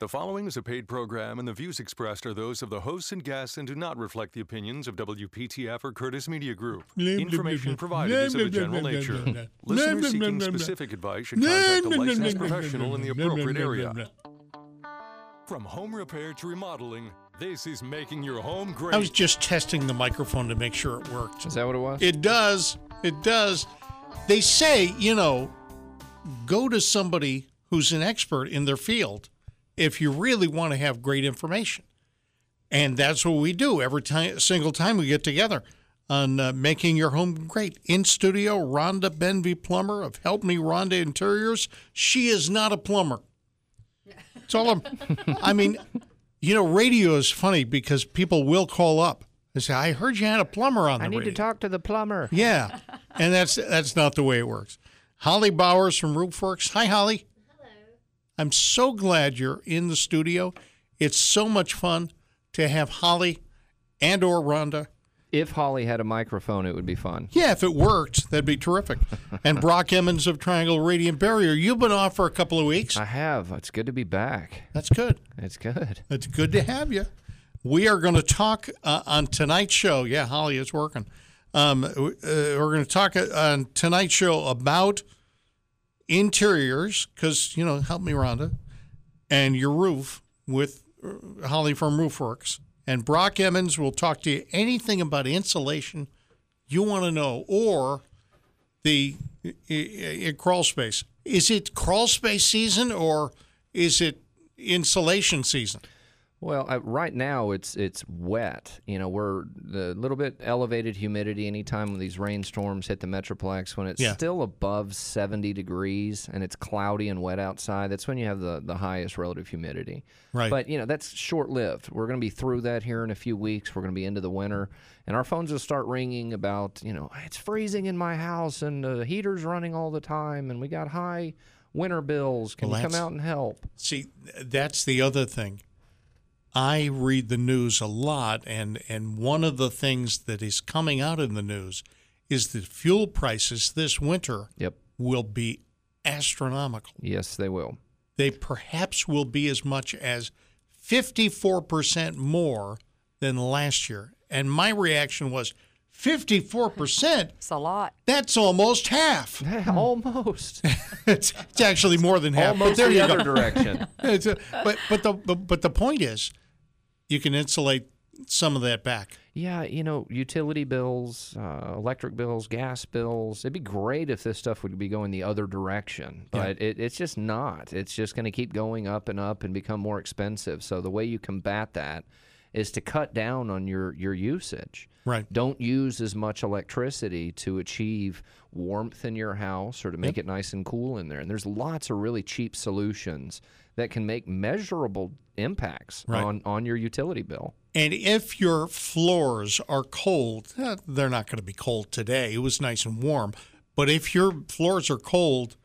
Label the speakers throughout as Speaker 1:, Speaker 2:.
Speaker 1: The following is a paid program, and the views expressed are those of the hosts and guests and do not reflect the opinions of WPTF or Curtis Media Group. Information provided is of a general nature. Listeners seeking specific advice should contact a licensed professional in the appropriate area. From home repair to remodeling, this is making your home great.
Speaker 2: I was just testing the microphone to make sure it worked.
Speaker 3: Is that what it was?
Speaker 2: It does. It does. They say, you know, go to somebody who's an expert in their field if you really want to have great information. And that's what we do every time, single time we get together on uh, making your home great. In studio, Rhonda Benvey Plumber of Help Me Rhonda Interiors. She is not a plumber. It's all I'm, I mean, you know, radio is funny because people will call up and say, I heard you had a plumber on the
Speaker 3: I need to
Speaker 2: radio."
Speaker 3: talk to the plumber.
Speaker 2: Yeah, and that's that's not the way it works. Holly Bowers from Roofworks. Hi, Holly. Hello. I'm so glad you're in the studio. It's so much fun to have Holly and or Rhonda.
Speaker 3: If Holly had a microphone, it would be fun.
Speaker 2: Yeah, if it worked, that'd be terrific. And Brock Emmons of Triangle Radiant Barrier. You've been off for a couple of weeks.
Speaker 3: I have. It's good to be back.
Speaker 2: That's good.
Speaker 3: It's good.
Speaker 2: It's good to have you. We are going to talk uh, on tonight's show. Yeah, Holly is working. Um, w- uh, we're going to talk uh, on tonight's show about interiors because you know, help me, Rhonda, and your roof with uh, Holly from Roofworks and Brock Emmons will talk to you anything about insulation you want to know or the i i- i- crawl space. Is it crawl space season or is it insulation season?
Speaker 3: Well, uh, right now it's it's wet. You know, we're the little bit elevated humidity. Anytime when these rainstorms hit the metroplex, when it's
Speaker 2: Yeah.
Speaker 3: still above seventy degrees and it's cloudy and wet outside, that's when you have the the highest relative humidity.
Speaker 2: Right.
Speaker 3: But you know that's short lived. We're going to be through that here in a few weeks. We're going to be into the winter, and our phones will start ringing about you know it's freezing in my house and the heater's running all the time, and we got high winter bills. Can
Speaker 2: Well,
Speaker 3: you come
Speaker 2: that's-
Speaker 3: out and help?
Speaker 2: See, that's the other thing. I read the news a lot, and, and one of the things that is coming out in the news is that fuel prices this winter
Speaker 3: Yep.
Speaker 2: will be astronomical.
Speaker 3: Yes, they will.
Speaker 2: They perhaps will be as much as 54% more than last year. And my reaction was 54%?
Speaker 4: It's a lot.
Speaker 2: That's almost half.
Speaker 3: Almost.
Speaker 2: It's, it's actually more than half. but
Speaker 3: Almost
Speaker 2: there
Speaker 3: the
Speaker 2: you go.
Speaker 3: other direction.
Speaker 2: It's a- but but the but, but the point is, you can insulate some of that back.
Speaker 3: Yeah, you know, utility bills, uh, electric bills, gas bills. It'd be great if this stuff would be going the other direction, but it, it's just not. It's just going to keep going up and up and become more expensive. So the way you combat that is to cut down on your, your usage.
Speaker 2: Right.
Speaker 3: Don't use as much electricity to achieve warmth in your house or to make it nice and cool in there. And there's lots of really cheap solutions that can make measurable impacts
Speaker 2: Right.
Speaker 3: on, on your utility bill.
Speaker 2: And if your floors are cold, eh, they're not going to be cold today. It was nice and warm. But if your floors are cold,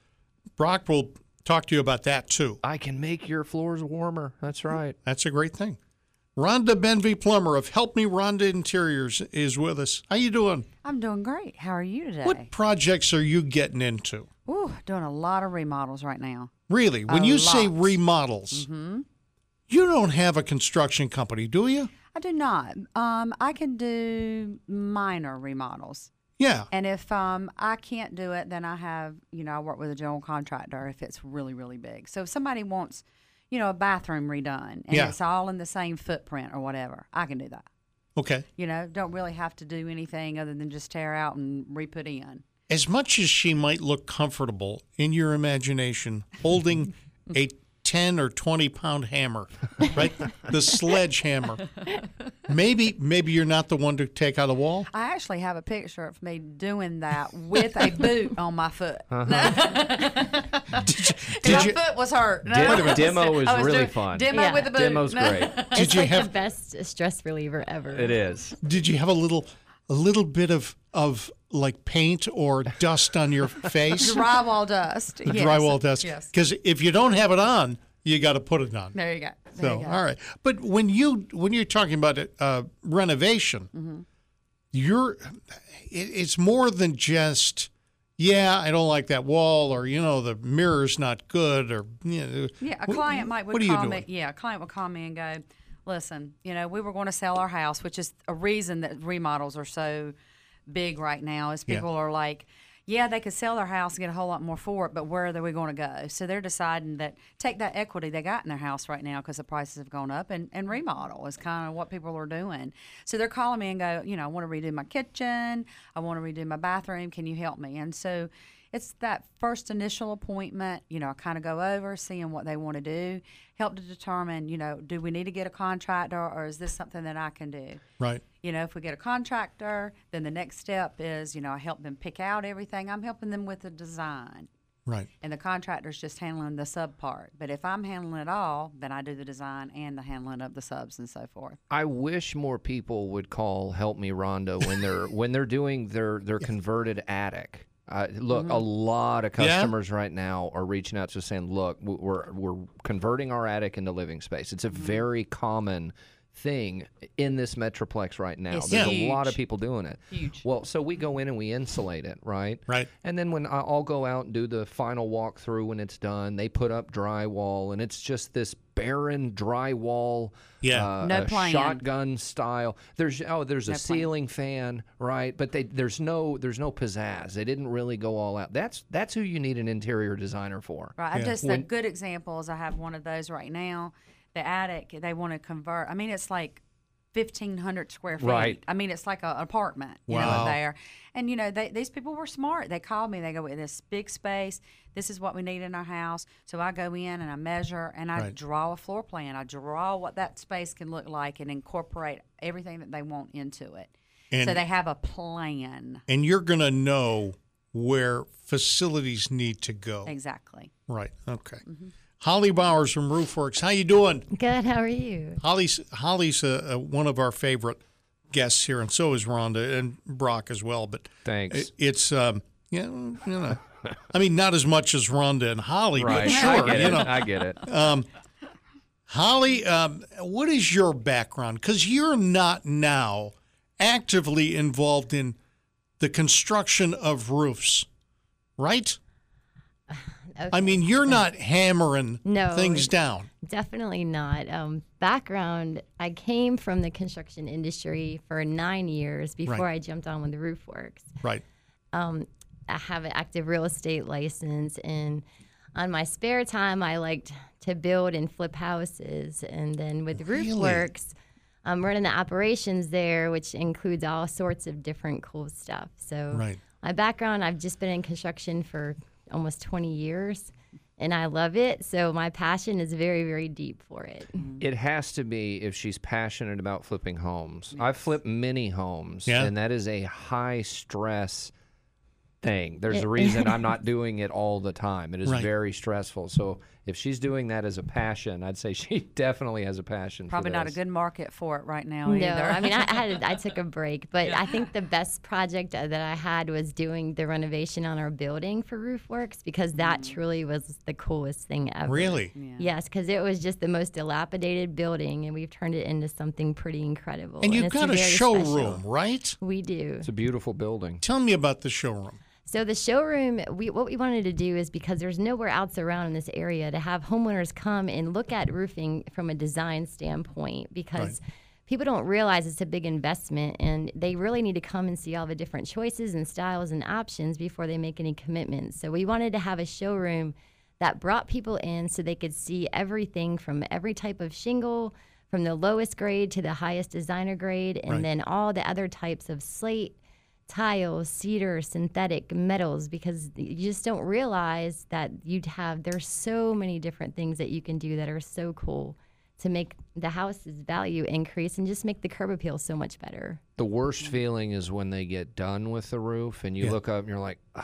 Speaker 2: Brock will talk to you about that too.
Speaker 3: I can make your floors warmer. That's right.
Speaker 2: That's a great thing. Rhonda Benvey Plummer of Help Me Rhonda Interiors is with us. How you doing?
Speaker 4: I'm doing great. How are you today?
Speaker 2: What projects are you getting into?
Speaker 4: Ooh, doing a lot of remodels right now.
Speaker 2: Really, when
Speaker 4: A
Speaker 2: you say
Speaker 4: lot.
Speaker 2: remodels, you don't have a construction company, do you?
Speaker 4: I do not. Um, I can do minor remodels,
Speaker 2: Yeah.
Speaker 4: and if um, I can't do it, then I have you know I work with a general contractor if it's really really big. So if somebody wants, you know, a bathroom redone and
Speaker 2: Yeah.
Speaker 4: it's all in the same footprint or whatever, I can do that.
Speaker 2: Okay.
Speaker 4: You know, don't really have to do anything other than just tear out and re put in.
Speaker 2: As much as she might look comfortable in your imagination holding a 10 or 20 pound hammer, right? the sledgehammer. Maybe maybe you're not the one to take out a wall.
Speaker 4: I actually have a picture of me doing that with a boot on my foot.
Speaker 2: Uh-huh. Did you,
Speaker 4: my
Speaker 2: did you,
Speaker 4: foot was hurt. No,
Speaker 3: Dem-
Speaker 4: I was-
Speaker 3: demo is
Speaker 4: I was
Speaker 3: really
Speaker 4: doing-
Speaker 3: fun.
Speaker 4: Demo
Speaker 5: Yeah.
Speaker 4: with a boot.
Speaker 3: Demo's great.
Speaker 2: Did
Speaker 5: it's
Speaker 2: you
Speaker 5: like
Speaker 2: have-
Speaker 5: the best stress reliever ever.
Speaker 3: It is.
Speaker 2: did you have a little a little bit of of like paint or dust on your face?
Speaker 4: Drywall dust.
Speaker 2: The
Speaker 4: yes.
Speaker 2: drywall dust.
Speaker 4: Yes.
Speaker 2: Because if you don't have it on, you got to put it on.
Speaker 4: There you go. There
Speaker 2: So
Speaker 4: you go.
Speaker 2: all right, but when you when you're talking about uh,
Speaker 4: Mm-hmm.
Speaker 2: renovation, you're it, it's more than just yeah, I don't like that wall, or you know, the mirror's not good, or you know,
Speaker 4: Yeah, a
Speaker 2: what-
Speaker 4: client might would
Speaker 2: what are you
Speaker 4: call me.
Speaker 2: doing?
Speaker 4: Yeah, a client would call me and go, "Listen, you know, we were going to sell our house, which is a reason that remodels are so big right now. Is
Speaker 2: Yeah.
Speaker 4: people are like." Yeah, they could sell their house and get a whole lot more for it, but where are they going to go? So they're deciding that take that equity they got in their house right now because the prices have gone up and, and remodel is kind of what people are doing. So they're calling me and go, you know, I want to redo my kitchen. I want to redo my bathroom. Can you help me? And so it's that first initial appointment, you know, I kind of go over, seeing what they want to do, help to determine, you know, do we need to get a contractor or is this something that I can do?
Speaker 2: Right.
Speaker 4: You know, if we get a contractor, then the next step is, you know, I help them pick out everything. I'm helping them with the design,
Speaker 2: Right.
Speaker 4: and the contractor's just handling the sub part. But if I'm handling it all, then I do the design and the handling of the subs and so forth.
Speaker 3: I wish more people would call "Help Me, Rhonda" when they're when they're doing their their converted attic. Uh, look,
Speaker 5: Mm-hmm.
Speaker 3: a lot of
Speaker 2: Yeah.
Speaker 3: customers right now are reaching out to us saying, "Look, w- we're we're converting our attic into living space." It's a
Speaker 5: Mm-hmm.
Speaker 3: very common thing in this metroplex right now.
Speaker 5: It's
Speaker 3: There's a lot
Speaker 5: huge.
Speaker 3: of people doing it.
Speaker 5: Huge.
Speaker 3: Well, so we go in and we insulate it, right?
Speaker 2: Right.
Speaker 3: And then when I- I'll go out and do the final walkthrough when it's done, they put up drywall, and it's just this barren drywall.
Speaker 2: Yeah.
Speaker 3: uh,
Speaker 4: No
Speaker 3: a
Speaker 4: plan.
Speaker 3: shotgun style. There's oh, there's a ceiling fan, right? But they there's no there's no pizzazz. They didn't really go all out. That's that's who you need an interior designer for.
Speaker 4: Right. I just the good examples. I have one of those right now. The attic they want to convert. I mean, it's like fifteen hundred square feet.
Speaker 3: Right.
Speaker 4: I mean, it's like a- an apartment. You know,
Speaker 2: Wow.
Speaker 4: up there. And you know, they, these people were smart. They called me. They go, "This big space. This is what we need in our house." So I go in and I measure and I
Speaker 2: Right.
Speaker 4: draw a floor plan. I draw what that space can look like and incorporate everything that they want into it.
Speaker 2: And-
Speaker 4: so they have a plan.
Speaker 2: And you're going to know where facilities need to go.
Speaker 4: Exactly.
Speaker 2: Right. Okay.
Speaker 4: Mm-hmm.
Speaker 2: Holly Bowers from Roofworks. How you doing?
Speaker 5: Good. How are you?
Speaker 2: Holly's Holly's uh, uh, one of our favorite guests here, and so is Rhonda and Brock as well. But
Speaker 3: Thanks.
Speaker 2: it- it's um, yeah, you know, I mean, not as much as Rhonda and Holly, but
Speaker 3: right. I
Speaker 2: sure,
Speaker 3: get
Speaker 2: you
Speaker 3: it.
Speaker 2: know.
Speaker 3: I get it.
Speaker 2: Holly, um, what is your background? Because you're not now actively involved in the construction of roofs, right? I
Speaker 5: Okay.
Speaker 2: mean, you're not hammering
Speaker 5: No.
Speaker 2: things down.
Speaker 5: Definitely not. Um, background I came from the construction industry for nine years before
Speaker 2: Right.
Speaker 5: I jumped on with the roof works.
Speaker 2: Right.
Speaker 5: Um, I have an active real estate license, and on my spare time, I liked to build and flip houses. And then with
Speaker 2: Really?
Speaker 5: roof works, I'm running the operations there, which includes all sorts of different cool stuff. So,
Speaker 2: Right.
Speaker 5: my background i've just been in construction for almost 20 years and i love it so my passion is very very deep for it
Speaker 3: It has to be if she's passionate about flipping homes. I've flipped many homes,
Speaker 2: Yeah.
Speaker 3: and that is a high stress thing. There's a reason I'm not doing it all the time. It is
Speaker 2: Right.
Speaker 3: very stressful. So if she's doing that as a passion, I'd say she definitely has a passion. for
Speaker 4: Probably not a
Speaker 3: this.
Speaker 4: good market for it right now
Speaker 5: no
Speaker 4: either.
Speaker 5: i mean i I had i took a break but i think the best project uh, that i had was doing the renovation on our building for roof works because that truly was the coolest thing ever
Speaker 2: Really?
Speaker 5: Yes, because it was just the most dilapidated building, and we've turned it into something pretty incredible.
Speaker 2: And you've
Speaker 5: it's
Speaker 2: got a
Speaker 5: very
Speaker 2: showroom,
Speaker 5: special.
Speaker 2: right?
Speaker 5: We do.
Speaker 3: It's a beautiful building.
Speaker 2: Tell me about the showroom.
Speaker 5: So the showroom, we, what we wanted to do is because there's nowhere else around in this area to have homeowners come and look at roofing from a design standpoint because people don't realize it's a big investment and they really need to come and see all the different choices and styles and options before they make any commitments. So we wanted to have a showroom that brought people in so they could see everything from every type of shingle from the lowest grade to the highest designer grade and
Speaker 2: Right.
Speaker 5: then all the other types of slate tiles, cedar, synthetic metals because you just don't realize that you'd have there's so many different things that you can do that are so cool to make the house's value increase and just make the curb appeal so much better.
Speaker 3: The worst feeling is when they get done with the roof and you look up and you're like, oh,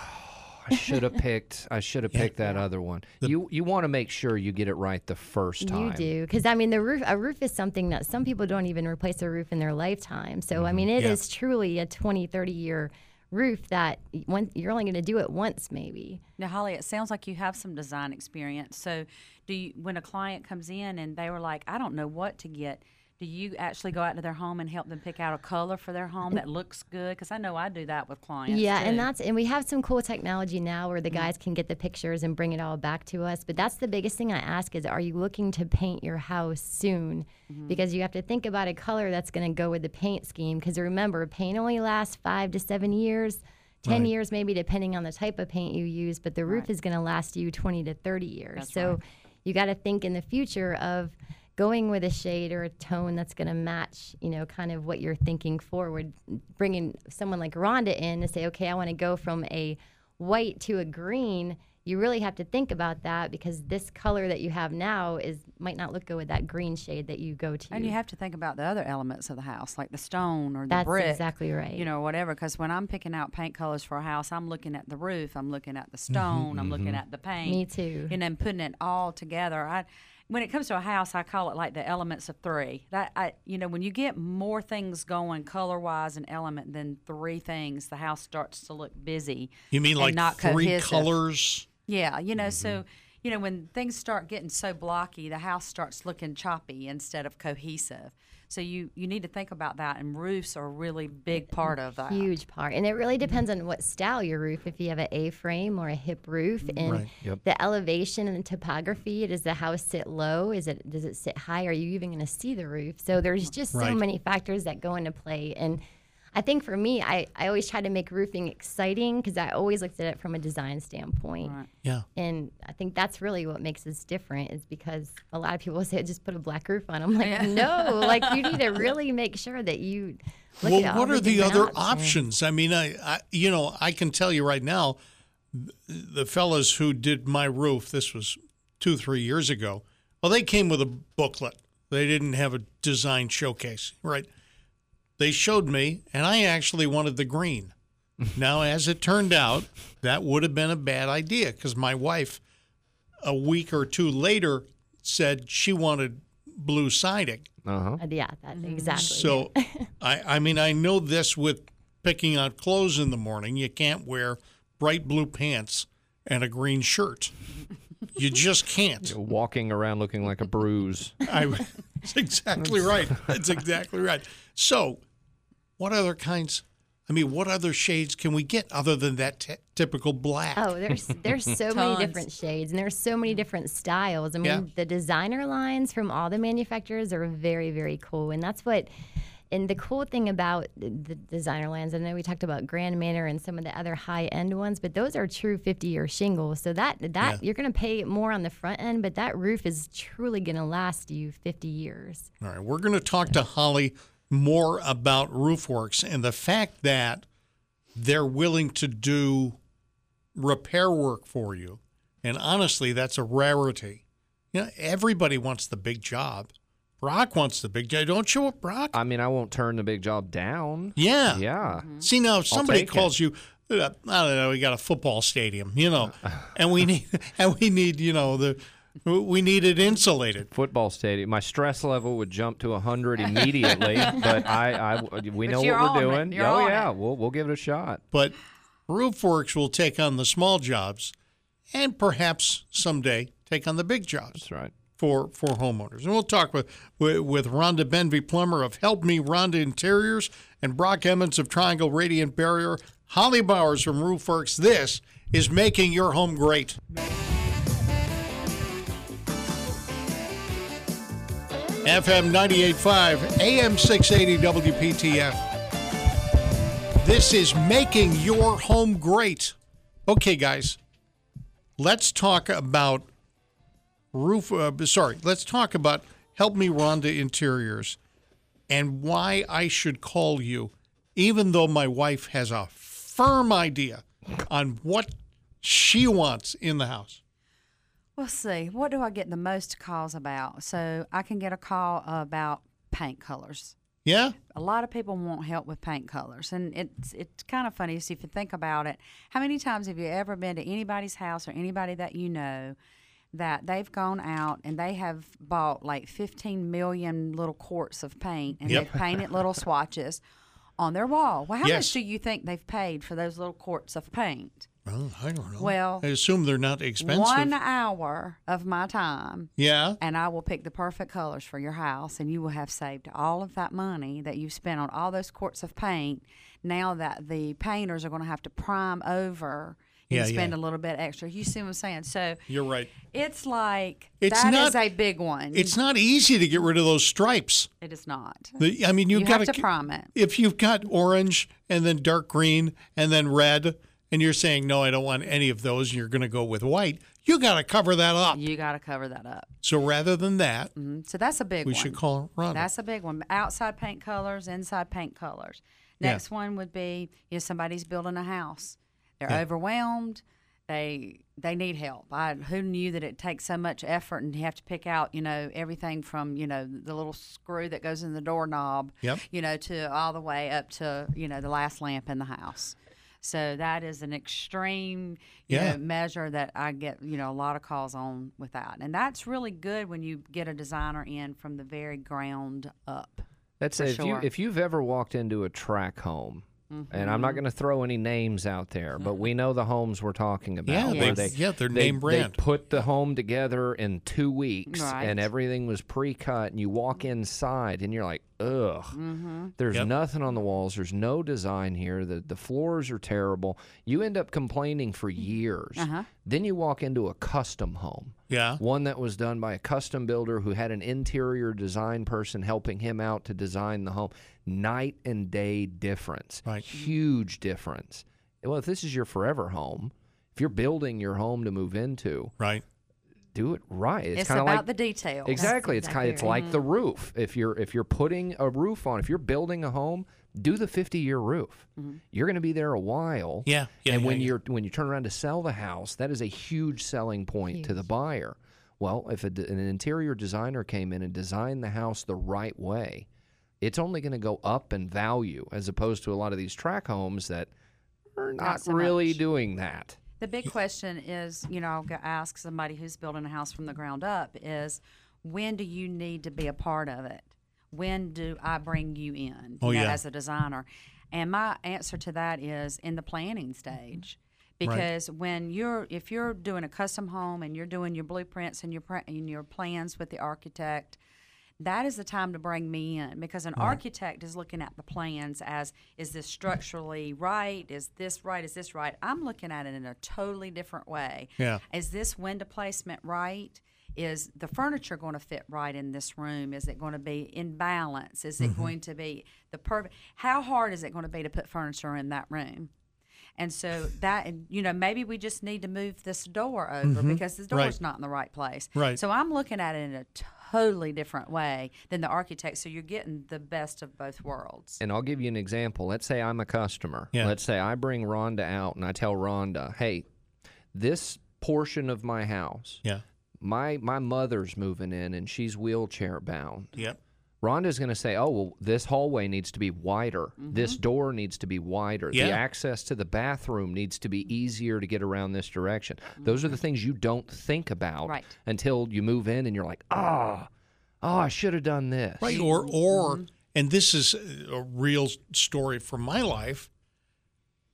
Speaker 3: I should have picked. I should have picked that other one. you you want to make sure you get it right the first time.
Speaker 5: You do because I mean the roof a roof is something that some people don't even replace a roof in their lifetime. So I mean it is
Speaker 2: Yeah.
Speaker 5: truly a 20 30 year roof that y- once you're only going to do it once maybe.
Speaker 4: Now, Holly, it sounds like you have some design experience. So, do you, when a client comes in and they were like, "I don't know what to get," Do you actually go out to their home and help them pick out a color for their home that looks good? Because I know I do that with clients.
Speaker 5: Yeah,
Speaker 4: too.
Speaker 5: and that's and we have some cool technology now where the
Speaker 4: Mm-hmm.
Speaker 5: guys can get the pictures and bring it all back to us. But that's the biggest thing I ask is are you looking to paint your house soon?
Speaker 4: Mm-hmm.
Speaker 5: Because you have to think about a color that's going to go with the paint scheme because remember, paint only lasts 5 to 7 years. 10
Speaker 2: Right.
Speaker 5: years maybe depending on the type of paint you use, but the roof
Speaker 4: Right.
Speaker 5: is going to last you 20 to 30 years.
Speaker 4: That's
Speaker 5: so
Speaker 4: right.
Speaker 5: you got to think in the future of going with a shade or a tone that's going to match, you know, kind of what you're thinking forward. Bringing someone like Rhonda in to say, okay, I want to go from a white to a green. You really have to think about that because this color that you have now is might not look good with that green shade that you go to.
Speaker 4: And you have to think about the other elements of the house, like the stone or the
Speaker 5: That's
Speaker 4: brick.
Speaker 5: exactly right.
Speaker 4: You know, whatever. Because when I'm picking out paint colors for a house, I'm looking at the roof, I'm looking at the
Speaker 2: Mm-hmm,
Speaker 4: stone, I'm looking at the paint.
Speaker 5: Me too.
Speaker 4: And then putting it all together. I, when it comes to a house, I call it like the elements of three. That I, you know, when you get more things going color wise and element than three things, the house starts to look busy.
Speaker 2: You mean
Speaker 4: and
Speaker 2: like
Speaker 4: not
Speaker 2: three
Speaker 4: cohesive.
Speaker 2: colors?
Speaker 4: Yeah, you know, so you know when things start getting so blocky, the house starts looking choppy instead of cohesive. So you you need to think about that, and roofs are a really big part of that.
Speaker 5: huge part and it
Speaker 2: Mm-hmm.
Speaker 5: really depends on what style your roof if you have an a-frame or a hip roof
Speaker 2: Mm-hmm.
Speaker 5: and the elevation and the topography does the house sit low is it does it sit high are you even going to see the roof so there's just so
Speaker 2: Right.
Speaker 5: many factors that go into play and i think for me i, I always try to make roofing exciting because i always looked at it from a design standpoint
Speaker 2: Yeah.
Speaker 5: and I think that's really what makes us different is because a lot of people say just put a black roof on. I'm like, no, like you need to really make sure that you look at
Speaker 2: well,
Speaker 5: all
Speaker 2: what are the
Speaker 5: different
Speaker 2: other options? I mean, I, I, you know, I can tell you right now, th- the fellas who did my roof, this was two, three years ago. Well, they came with a booklet. They didn't have a design showcase, right? They showed me, and I actually wanted the green. now, as it turned out, that would have been a bad idea because my wife, a week or two later, said she wanted blue siding.
Speaker 3: Uh-huh.
Speaker 5: Uh, Yeah, that exactly.
Speaker 2: So, I, I mean, I know this with picking out clothes in the morning, you can't wear bright blue pants and a green shirt. You just can't.
Speaker 3: Walking around looking like a bruise.
Speaker 2: I, that's exactly right. That's exactly right. So, what other kinds? I mean, what other shades can we get other than that t- typical black?
Speaker 5: Oh, there's there's so many
Speaker 4: Tons.
Speaker 5: different shades and there's so many different styles. I mean,
Speaker 2: Yeah.
Speaker 5: the designer lines from all the manufacturers are very very cool, and that's what. And the cool thing about the- the designer lines, I know we talked about Grand Manor and some of the other high end ones, but those are true 50 year shingles. So that that you're going to pay more on the front end, but that roof is truly going to last you 50 years.
Speaker 2: All right, we're going to talk to Holly more about Roofworks and the fact that they're willing to do repair work for you. And honestly, that's a rarity. You know, everybody wants the big job. Brock wants the big job. Don't you want Brock?
Speaker 3: I mean, I won't turn the big job down.
Speaker 2: yeah.
Speaker 3: Yeah.
Speaker 4: Mm-hmm.
Speaker 2: See now, if somebody
Speaker 3: take it.
Speaker 2: calls you. uh, I don't know. We got a football stadium, you know, and we need and we need you know the we need it insulated.
Speaker 3: Football stadium. My stress level would jump to 100 immediately, but I, I we
Speaker 4: But
Speaker 3: know
Speaker 4: you're
Speaker 3: what we're
Speaker 4: on it.
Speaker 3: doing.
Speaker 4: You're
Speaker 3: oh
Speaker 4: on
Speaker 3: yeah,
Speaker 4: it.
Speaker 3: we'll we'll give it a shot.
Speaker 2: but roofworks will take on the small jobs and perhaps someday take on the big jobs
Speaker 3: That's right.
Speaker 2: for, for homeowners. And we'll talk with, with, with Rhonda Benvey Plummer of Help Me Rhonda Interiors and Brock Emmons of Triangle Radiant Barrier, Holly Bowers from Roofworks. This is Making Your Home Great. FM 98.5, AM 680 WPTF. This is Making Your Home Great. Okay, guys, let's talk about roof. Uh, sorry, let's talk about Help Me Rhonda Interiors and why I should call you, even though my wife has a firm idea on what she wants in the house.
Speaker 4: We'll see. What do I get the most calls about? So I can get a call about paint colors.
Speaker 2: Yeah?
Speaker 4: a lot of people want help with paint colors and it's it's kind of funny so if you think about it how many times have you ever been to anybody's house or anybody that you know that they've gone out and they have bought like 15 million little quarts of paint and
Speaker 2: Yep.
Speaker 4: they've painted little swatches on their wall well how
Speaker 2: Yes.
Speaker 4: much do you think they've paid for those little quarts of paint
Speaker 2: Well, I don't know.
Speaker 4: Well,
Speaker 2: I assume they're not expensive.
Speaker 4: One hour of my time,
Speaker 2: yeah.
Speaker 4: and I will pick the perfect colors for your house, and you will have saved all of that money that you spent on all those quarts of paint. Now that the painters are going to have to prime over and
Speaker 2: Yeah,
Speaker 4: spend
Speaker 2: yeah.
Speaker 4: a little bit extra. You see what I'm saying? So
Speaker 2: You're right.
Speaker 4: it's like
Speaker 2: It's
Speaker 4: that
Speaker 2: not-
Speaker 4: is a big one.
Speaker 2: It's not easy to get rid of those stripes.
Speaker 4: It is not.
Speaker 2: The, I mean,
Speaker 4: You
Speaker 2: you've got
Speaker 4: have to prime it.
Speaker 2: If you've got orange and then dark green and then red, and you're saying no, I don't want any of those, and you're going to go with white, you got to cover that up.
Speaker 4: You got to cover that up.
Speaker 2: So rather than that,
Speaker 4: Mhm. So that's a big
Speaker 2: we
Speaker 4: one.
Speaker 2: should call Ron.
Speaker 4: That's a big one. Outside paint colors, inside paint colors.
Speaker 2: Yeah.
Speaker 4: Next one would be if somebody's building a house, they're
Speaker 2: Yeah.
Speaker 4: overwhelmed, they they need help. I who knew that it takes so much effort and you have to pick out you know everything from you know the little screw that goes in the doorknob,
Speaker 2: Yep.
Speaker 4: you know, to all the way up to you know the last lamp in the house. So that is an extreme you
Speaker 2: Yeah.
Speaker 4: know, measure that I get, you know, a lot of calls on with that. And that's really good when you get a designer in from the very ground up.
Speaker 3: That's
Speaker 4: For
Speaker 3: it. if
Speaker 4: sure.
Speaker 3: you if you've ever walked into a track home, and I'm not
Speaker 2: Mm-hmm.
Speaker 3: going to throw any names out there, but we know the homes we're talking about.
Speaker 2: Yeah,
Speaker 3: where
Speaker 2: they-
Speaker 3: they,
Speaker 2: yeah, they're
Speaker 3: they-
Speaker 2: name brand.
Speaker 3: They put the home together in two weeks,
Speaker 4: Right.
Speaker 3: and everything was pre-cut. And you walk inside, and you're like, ugh, there's
Speaker 2: Mm-hmm. Yep.
Speaker 3: nothing on the walls. There's no design here. The the floors are terrible. You end up complaining for years.
Speaker 2: Uh-huh.
Speaker 3: Then you walk into a custom home.
Speaker 2: yeah.
Speaker 3: One that was done by a custom builder who had an interior design person helping him out to design the home. Night and day difference.
Speaker 2: Right.
Speaker 3: Huge difference. Well, if this is your forever home, if you're building your home to move into,
Speaker 2: Right.
Speaker 3: do it right. It's,
Speaker 4: It's,
Speaker 3: kind of
Speaker 4: about
Speaker 3: like
Speaker 4: the details.
Speaker 3: exactly. It's kind.
Speaker 5: exactly
Speaker 3: It's like the roof. If you're if you're putting a roof on, if you're building a home, do the 50 year roof.
Speaker 4: Mm-hmm.
Speaker 3: You're going to be there a while.
Speaker 2: Yeah, yeah,
Speaker 3: and
Speaker 2: yeah,
Speaker 3: when
Speaker 2: yeah.
Speaker 3: you're when you turn around to sell the house, that is a huge selling point to the buyer. Well, if a d an interior designer came in and designed the house the right way, it's only going to go up in value as opposed to a lot of these track homes that are not,
Speaker 4: so
Speaker 3: really
Speaker 4: much.
Speaker 3: doing that.
Speaker 4: The big question is, you know, I'll go ask somebody who's building a house from the ground up is when do you need to be a part of it? When do I bring you in
Speaker 2: Oh,
Speaker 4: you know,
Speaker 2: yeah.
Speaker 4: as a designer? And my answer to that is in the planning stage. Because when you're if you're doing a custom home and you're doing your blueprints and your pr- and your plans with the architect, that is the time to bring me in because an architect is looking at the plans as is this structurally right is this right is this right i'm looking at it in a totally different way
Speaker 2: Yeah.
Speaker 4: is this window placement right is the furniture going to fit right in this room is it going to be in balance is
Speaker 2: Mm-hmm.
Speaker 4: it going to be the perfect how hard is it going to be to put furniture in that room and so that, and, you know, maybe we just need to move this door over because this door's
Speaker 2: Mm-hmm. Right.
Speaker 4: not in the right place.
Speaker 2: Right.
Speaker 4: So I'm looking at it in a totally different way than the architect. So you're getting the best of both worlds.
Speaker 3: And I'll give you an example. Let's say I'm a customer.
Speaker 2: Yeah.
Speaker 3: Let's say I bring Rhonda out and I tell Rhonda, hey, this portion of my house,
Speaker 2: Yeah.
Speaker 3: my my mother's moving in and she's wheelchair bound.
Speaker 2: Yep.
Speaker 3: Rhonda's going to say, "Oh, well, this hallway needs to be wider. This door needs to be wider.
Speaker 2: Yeah.
Speaker 3: The access to the bathroom needs to be easier to get around this direction." Those are the things you don't think about
Speaker 4: Right.
Speaker 3: until you move in and you're like, "Ah, oh, I should have done this."
Speaker 2: Right. Or or and this is a real story from my life.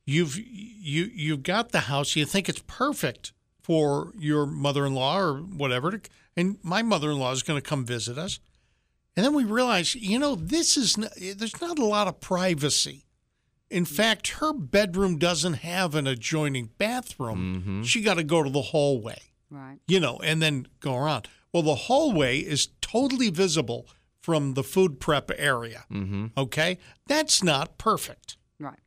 Speaker 2: You've you you've got the house. You think it's perfect for your mother-in-law or whatever, to, and my mother-in-law is going to come visit us. And then we realize, you know, this is n there's not a lot of privacy. In fact, her bedroom doesn't have an adjoining bathroom. She got to go to the hallway
Speaker 4: Right.
Speaker 2: you know, and then go around. Well, the hallway is totally visible from the food prep area. Mm-hmm. Okay, that's not perfect.
Speaker 4: Right.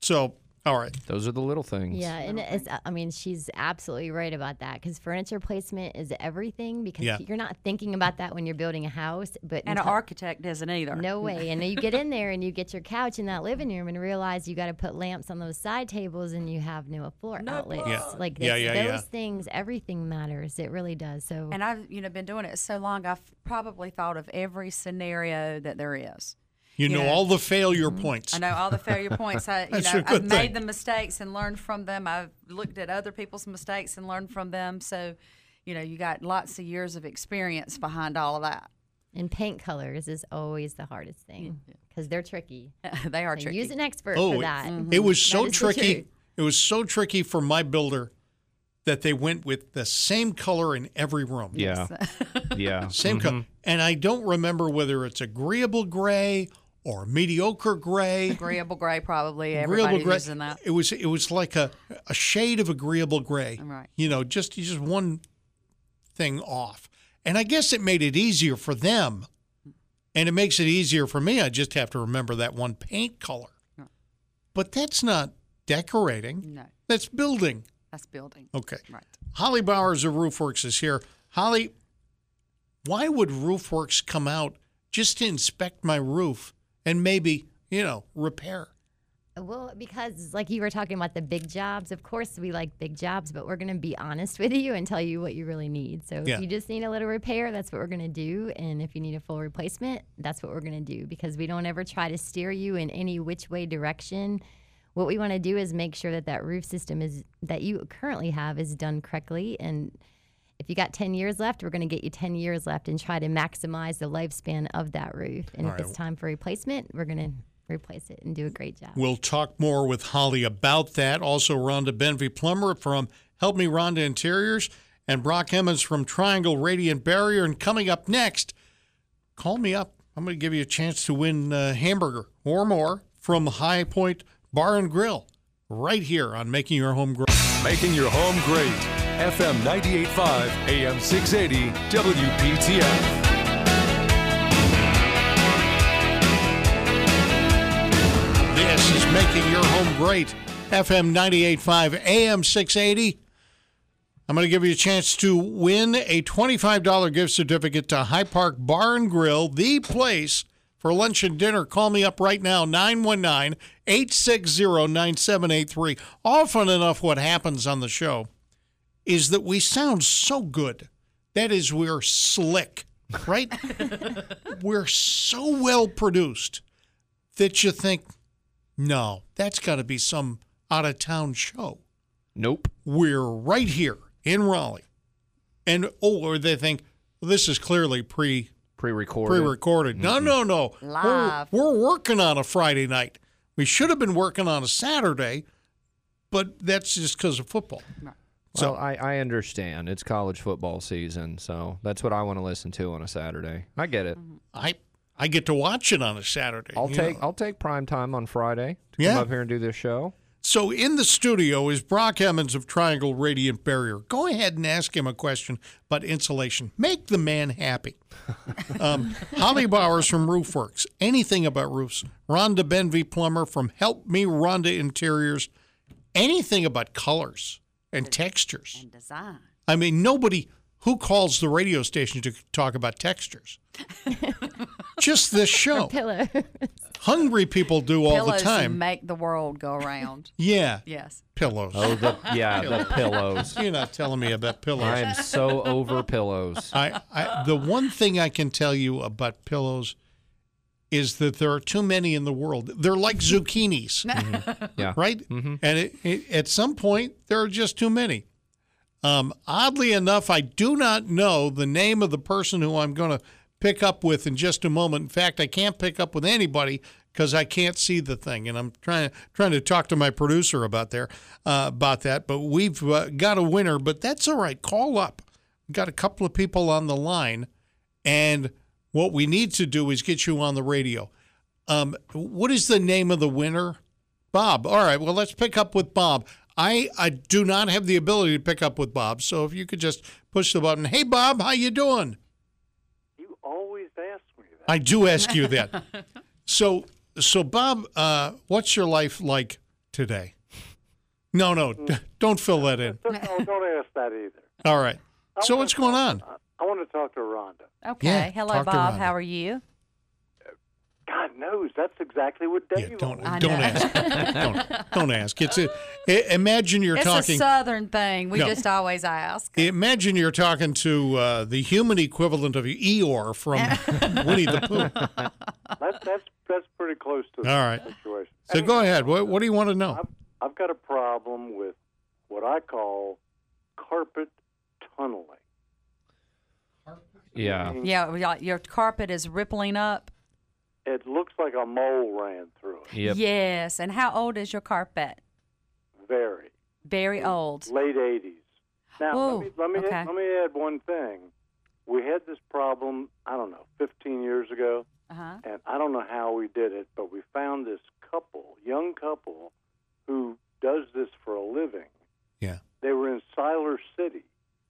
Speaker 2: So, all right,
Speaker 3: Those are the little things.
Speaker 5: Yeah, and it's, uh, I mean, she's absolutely right about that because furniture placement is everything because
Speaker 2: Yeah.
Speaker 5: you're not thinking about that when you're building a house. But
Speaker 4: And an
Speaker 5: until-
Speaker 4: architect doesn't either.
Speaker 5: No way. And you get in there and you get your couch in that living room and realize you got to put lamps on those side tables and you have no floor outlets.
Speaker 2: Yeah.
Speaker 5: Like
Speaker 2: Yeah,
Speaker 5: this-
Speaker 2: yeah,
Speaker 5: those
Speaker 2: yeah.
Speaker 5: things, everything matters. It really does. So
Speaker 4: And I've, you know, been doing it so long, I've probably thought of every scenario that there is.
Speaker 2: you know
Speaker 4: Yeah.
Speaker 2: all the failure points.
Speaker 4: I know all the failure points. I, you
Speaker 2: That's a
Speaker 4: know, I've
Speaker 2: good thing.
Speaker 4: made the mistakes and learned from them. I've looked at other people's mistakes and learned from them. So, you know, you got lots of years of experience behind all of that.
Speaker 5: and paint colors is always the hardest thing because they're tricky.
Speaker 4: they are
Speaker 5: So
Speaker 4: tricky.
Speaker 5: Use an expert
Speaker 2: Oh,
Speaker 5: for
Speaker 2: it-
Speaker 5: that.
Speaker 2: it was so
Speaker 5: That is the
Speaker 2: tricky.
Speaker 5: truth.
Speaker 2: It was so tricky for my builder that they went with the same color in every room.
Speaker 3: Yeah. yeah.
Speaker 2: Same color. And I don't remember whether it's agreeable gray or mediocre gray.
Speaker 4: Agreeable gray, probably.
Speaker 2: Agreeable
Speaker 4: Everybody's
Speaker 2: gray.
Speaker 4: using that.
Speaker 2: It was it was like a, a shade of agreeable gray.
Speaker 4: Right.
Speaker 2: You know, just just one thing off. And I guess it made it easier for them. And it makes it easier for me. I just have to remember that one paint color. But that's not decorating.
Speaker 4: No,
Speaker 2: That's building.
Speaker 4: that's building.
Speaker 2: Okay.
Speaker 4: Right.
Speaker 2: Holly Bowers of Roofworks is here. Holly, why would Roofworks come out just to inspect my roof and maybe, you know, repair?
Speaker 5: Well, because like you were talking about the big jobs, of course we like big jobs, but we're going to be honest with you and tell you what you really need. So
Speaker 2: Yeah.
Speaker 5: if you just need a little repair, that's what we're going to do. And if you need a full replacement, that's what we're going to do because we don't ever try to steer you in any which way direction. What we want to do is make sure that that roof system is that you currently have is done correctly and if you got 10 years left, we're going to get you 10 years left and try to maximize the lifespan of that roof. And
Speaker 2: All
Speaker 5: if
Speaker 2: right.
Speaker 5: it's time for replacement, we're going to replace it and do a great job.
Speaker 2: We'll talk more with Holly about that. Also, Rhonda Benvey Plummer from Help Me Rhonda Interiors and Brock Emmons from Triangle Radiant Barrier. And coming up next, call me up. I'm going to give you a chance to win a hamburger or more from High Point Bar and Grill right here on Making Your Home Grow.
Speaker 1: Making your home great. FM 98.5, AM 680, WPTF.
Speaker 2: This is Making Your Home Great, FM 98.5, AM 680. I'm going to give you a chance to win a $25 gift certificate to High Park Bar and Grill, the place for lunch and dinner. Call me up right now, 919 860 9783. Often enough, what happens on the show is that we sound so good. That is, we're slick, right? we're so well produced that you think, no, that's got to be some out of town show.
Speaker 3: Nope.
Speaker 2: We're right here in Raleigh. And oh, or they think well, this is clearly pre
Speaker 3: Pre-recorded.
Speaker 2: pre recorded. No, no, no. We're-
Speaker 4: Live.
Speaker 2: We're, working on a Friday night. We should have been working on a Saturday, but that's just because of football.
Speaker 3: So I, I understand. It's college football season, so that's what I want to listen to on a Saturday. I get it.
Speaker 2: I I get to watch it on a Saturday.
Speaker 3: I'll
Speaker 2: you
Speaker 3: take
Speaker 2: know.
Speaker 3: I'll take prime time on Friday to
Speaker 2: Yeah.
Speaker 3: come up here and do this show.
Speaker 2: So in the studio is Brock Emmons of Triangle Radiant Barrier. Go ahead and ask him a question about insulation. Make the man happy. Um, Holly Bowers from Roofworks. Anything about roofs. Rhonda Benvey Plummer from Help Me Rhonda Interiors. Anything about colors and textures.
Speaker 4: And uh, design.
Speaker 2: I mean, nobody who calls the radio station to talk about textures. Just this show.
Speaker 5: Pillow.
Speaker 2: Hungry people do all
Speaker 4: Pillows
Speaker 2: the time.
Speaker 4: make the world go round.
Speaker 2: yeah,
Speaker 4: yes.
Speaker 2: pillows.
Speaker 3: Oh, the yeah, the pillows.
Speaker 2: You're not telling me about pillows.
Speaker 3: I am so over pillows.
Speaker 2: I, I the one thing I can tell you about pillows is that there are too many in the world. They're like zucchinis,
Speaker 3: Mm-hmm. Yeah.
Speaker 2: right? And it, it, at some point, there are just too many. Um, oddly enough, I do not know the name of the person who I'm going to pick up with in just a moment. In fact, I can't pick up with anybody because I can't see the thing, and I'm trying trying to talk to my producer about there uh, about that. But we've uh, got a winner, but that's all right. Call up. We've got a couple of people on the line, and what we need to do is get you on the radio. Um, what is the name of the winner? Bob. All right. Well, let's pick up with Bob. I, I do not have the ability to pick up with Bob, so if you could just push the button. Hey, Bob, how you doing?
Speaker 6: You always ask me that.
Speaker 2: I do ask you that. so, so Bob, uh, what's your life like today? No, no, d- don't fill that in.
Speaker 6: no, don't ask that either.
Speaker 2: All right.
Speaker 6: I
Speaker 2: So
Speaker 6: wanna
Speaker 2: what's going on?
Speaker 6: talk- I, I want to talk to Rhonda.
Speaker 4: Okay.
Speaker 2: Yeah,
Speaker 4: Hello,
Speaker 2: talk to
Speaker 4: Bob.
Speaker 2: Rhonda.
Speaker 4: How are you?
Speaker 6: God knows that's exactly what Dave.
Speaker 2: Yeah, don't
Speaker 6: wants.
Speaker 4: I
Speaker 2: don't
Speaker 4: know.
Speaker 2: ask. don't, don't ask. It's a, i- imagine you're
Speaker 4: it's
Speaker 2: talking.
Speaker 4: a southern thing. We
Speaker 2: No.
Speaker 4: just always ask.
Speaker 2: Imagine you're talking to uh, the human equivalent of Eeyore from Winnie the Pooh. All
Speaker 6: That, that's that's pretty close to the
Speaker 2: right.
Speaker 6: situation.
Speaker 2: So go ahead. What, what do you want to know?
Speaker 6: I've, I've got a problem with what I call carpet tunneling.
Speaker 3: Yeah.
Speaker 4: Yeah, we like- your carpet is rippling up.
Speaker 6: It looks like a mole ran through it.
Speaker 3: Yep.
Speaker 4: Yes. And how old is your carpet?
Speaker 6: very,
Speaker 4: Very old.
Speaker 6: late 80s. Now,
Speaker 4: Whoa,
Speaker 6: let me, let, me
Speaker 4: okay.
Speaker 6: let me add one thing. We had this problem, I don't know, 15 years ago,
Speaker 4: Uh-huh.
Speaker 6: and I don't know how we did it, but we found this couple, young couple, who does this for a living.
Speaker 2: Yeah.
Speaker 6: They were in Siler City.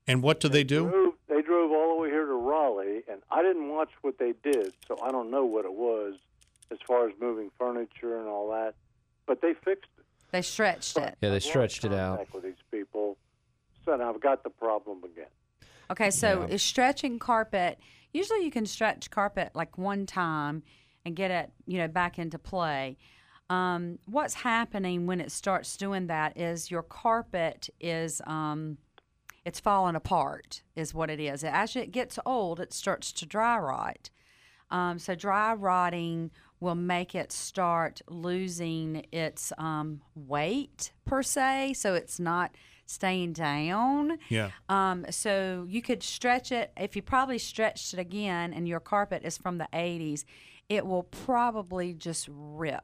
Speaker 2: And what do they do?
Speaker 6: Drove, they drove all the way here to Raleigh, and I didn't watch what they did, so I don't know what it was as far as moving furniture and all that. But they fixed it.
Speaker 4: They stretched it.
Speaker 3: Yeah, they
Speaker 6: I've lost
Speaker 3: stretched it out.
Speaker 6: contact With these people, so now I've got the problem again.
Speaker 4: Okay, so is stretching carpet. Usually, you can stretch carpet like one time and get it, you know, back into play. Um, what's happening when it starts doing that is your carpet is um, it's falling apart, is what it is. As it gets old, it starts to dry rot. Um, so dry rotting will make it start losing its um, weight per se, so it's not staying down.
Speaker 2: Yeah.
Speaker 4: Um, so you could stretch it. If you probably stretched it again and your carpet is from the 80s, it will probably just rip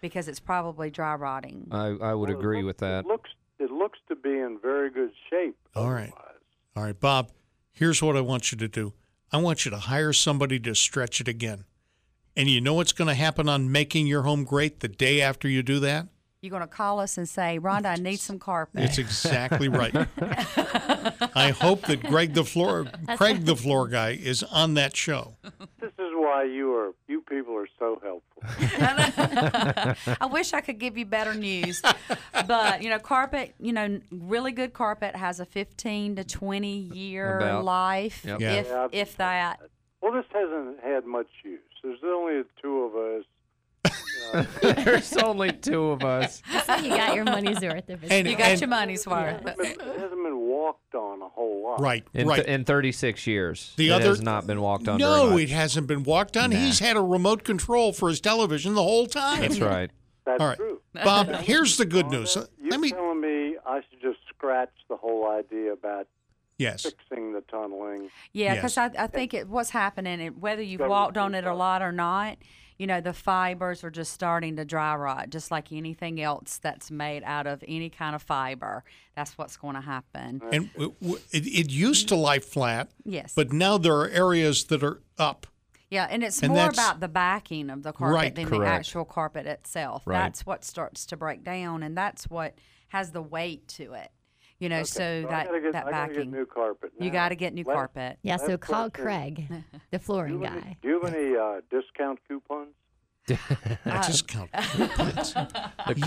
Speaker 4: because it's probably dry rotting.
Speaker 3: I, I would
Speaker 6: Well, it
Speaker 3: agree
Speaker 6: looks-
Speaker 3: with that.
Speaker 6: It looks it looks to be in very good shape.
Speaker 2: All right.
Speaker 6: otherwise.
Speaker 2: All right, Bob, here's what I want you to do I want you to hire somebody to stretch it again. And you know what's going to happen on making your home great the day after you do that?
Speaker 4: You're going to call us and say, Rhonda, I need some carpet.
Speaker 2: It's exactly right. I hope that Greg the floor, Craig the floor guy, is on that show.
Speaker 3: Uh,
Speaker 6: This is why you are you people are so helpful.
Speaker 4: I wish I could give you better news. but, you know, carpet, you know, really good carpet has a 15 to 20 year
Speaker 3: About.
Speaker 4: life,
Speaker 3: Yep.
Speaker 2: Yeah.
Speaker 4: if,
Speaker 6: Yeah, I've-
Speaker 4: if that.
Speaker 6: Well, this hasn't had much use. There's only the two of us.
Speaker 3: There's only two of us.
Speaker 5: So you got your money's worth of it.
Speaker 2: And-
Speaker 4: You got
Speaker 2: and-
Speaker 4: your money's worth.
Speaker 6: It hasn't been- it hasn't been walked on a whole lot.
Speaker 2: Right,
Speaker 3: In,
Speaker 2: right.
Speaker 3: th- in 36 years,
Speaker 2: The
Speaker 3: it
Speaker 2: other-
Speaker 3: has not been walked on. very
Speaker 2: no,
Speaker 3: much.
Speaker 2: it hasn't been walked on. He's had a remote control for his television the whole time.
Speaker 3: That's right.
Speaker 6: That's
Speaker 2: All right,
Speaker 6: true.
Speaker 2: Bob. Here's the good news.
Speaker 6: You
Speaker 2: Let me.
Speaker 6: telling me I should just scratch the whole idea about
Speaker 2: Yes.
Speaker 6: fixing the tunneling?
Speaker 4: Yeah, because
Speaker 2: Yes.
Speaker 4: I, I think it what's happening, it, whether you've
Speaker 6: That would
Speaker 4: walked
Speaker 6: be
Speaker 4: on it a
Speaker 6: fun.
Speaker 4: lot or not, you know, the fibers are just starting to dry rot, just like anything else that's made out of any kind of fiber. That's what's going to happen.
Speaker 2: And w- w- it, it used to lie flat,
Speaker 4: Yes.
Speaker 2: but now there are areas that are up.
Speaker 4: yeah, and it's
Speaker 2: and
Speaker 4: more
Speaker 2: that's-
Speaker 4: about the backing of the carpet
Speaker 2: Right,
Speaker 4: than the
Speaker 3: correct.
Speaker 4: actual carpet itself.
Speaker 3: Right.
Speaker 4: That's what starts to break down, and that's what has the weight to it. You know, so
Speaker 6: So I
Speaker 4: that
Speaker 6: gotta get,
Speaker 4: that
Speaker 6: I gotta
Speaker 4: backing.
Speaker 6: get new carpet.
Speaker 4: you
Speaker 6: now.
Speaker 4: got to get new
Speaker 6: Let-
Speaker 4: carpet.
Speaker 5: Yeah, so
Speaker 6: That's
Speaker 5: call
Speaker 6: what I'm
Speaker 5: Craig, the flooring
Speaker 6: Do you have any-
Speaker 5: guy.
Speaker 6: Do you have any uh, discount coupons?
Speaker 2: Discount.
Speaker 3: The
Speaker 2: Yes.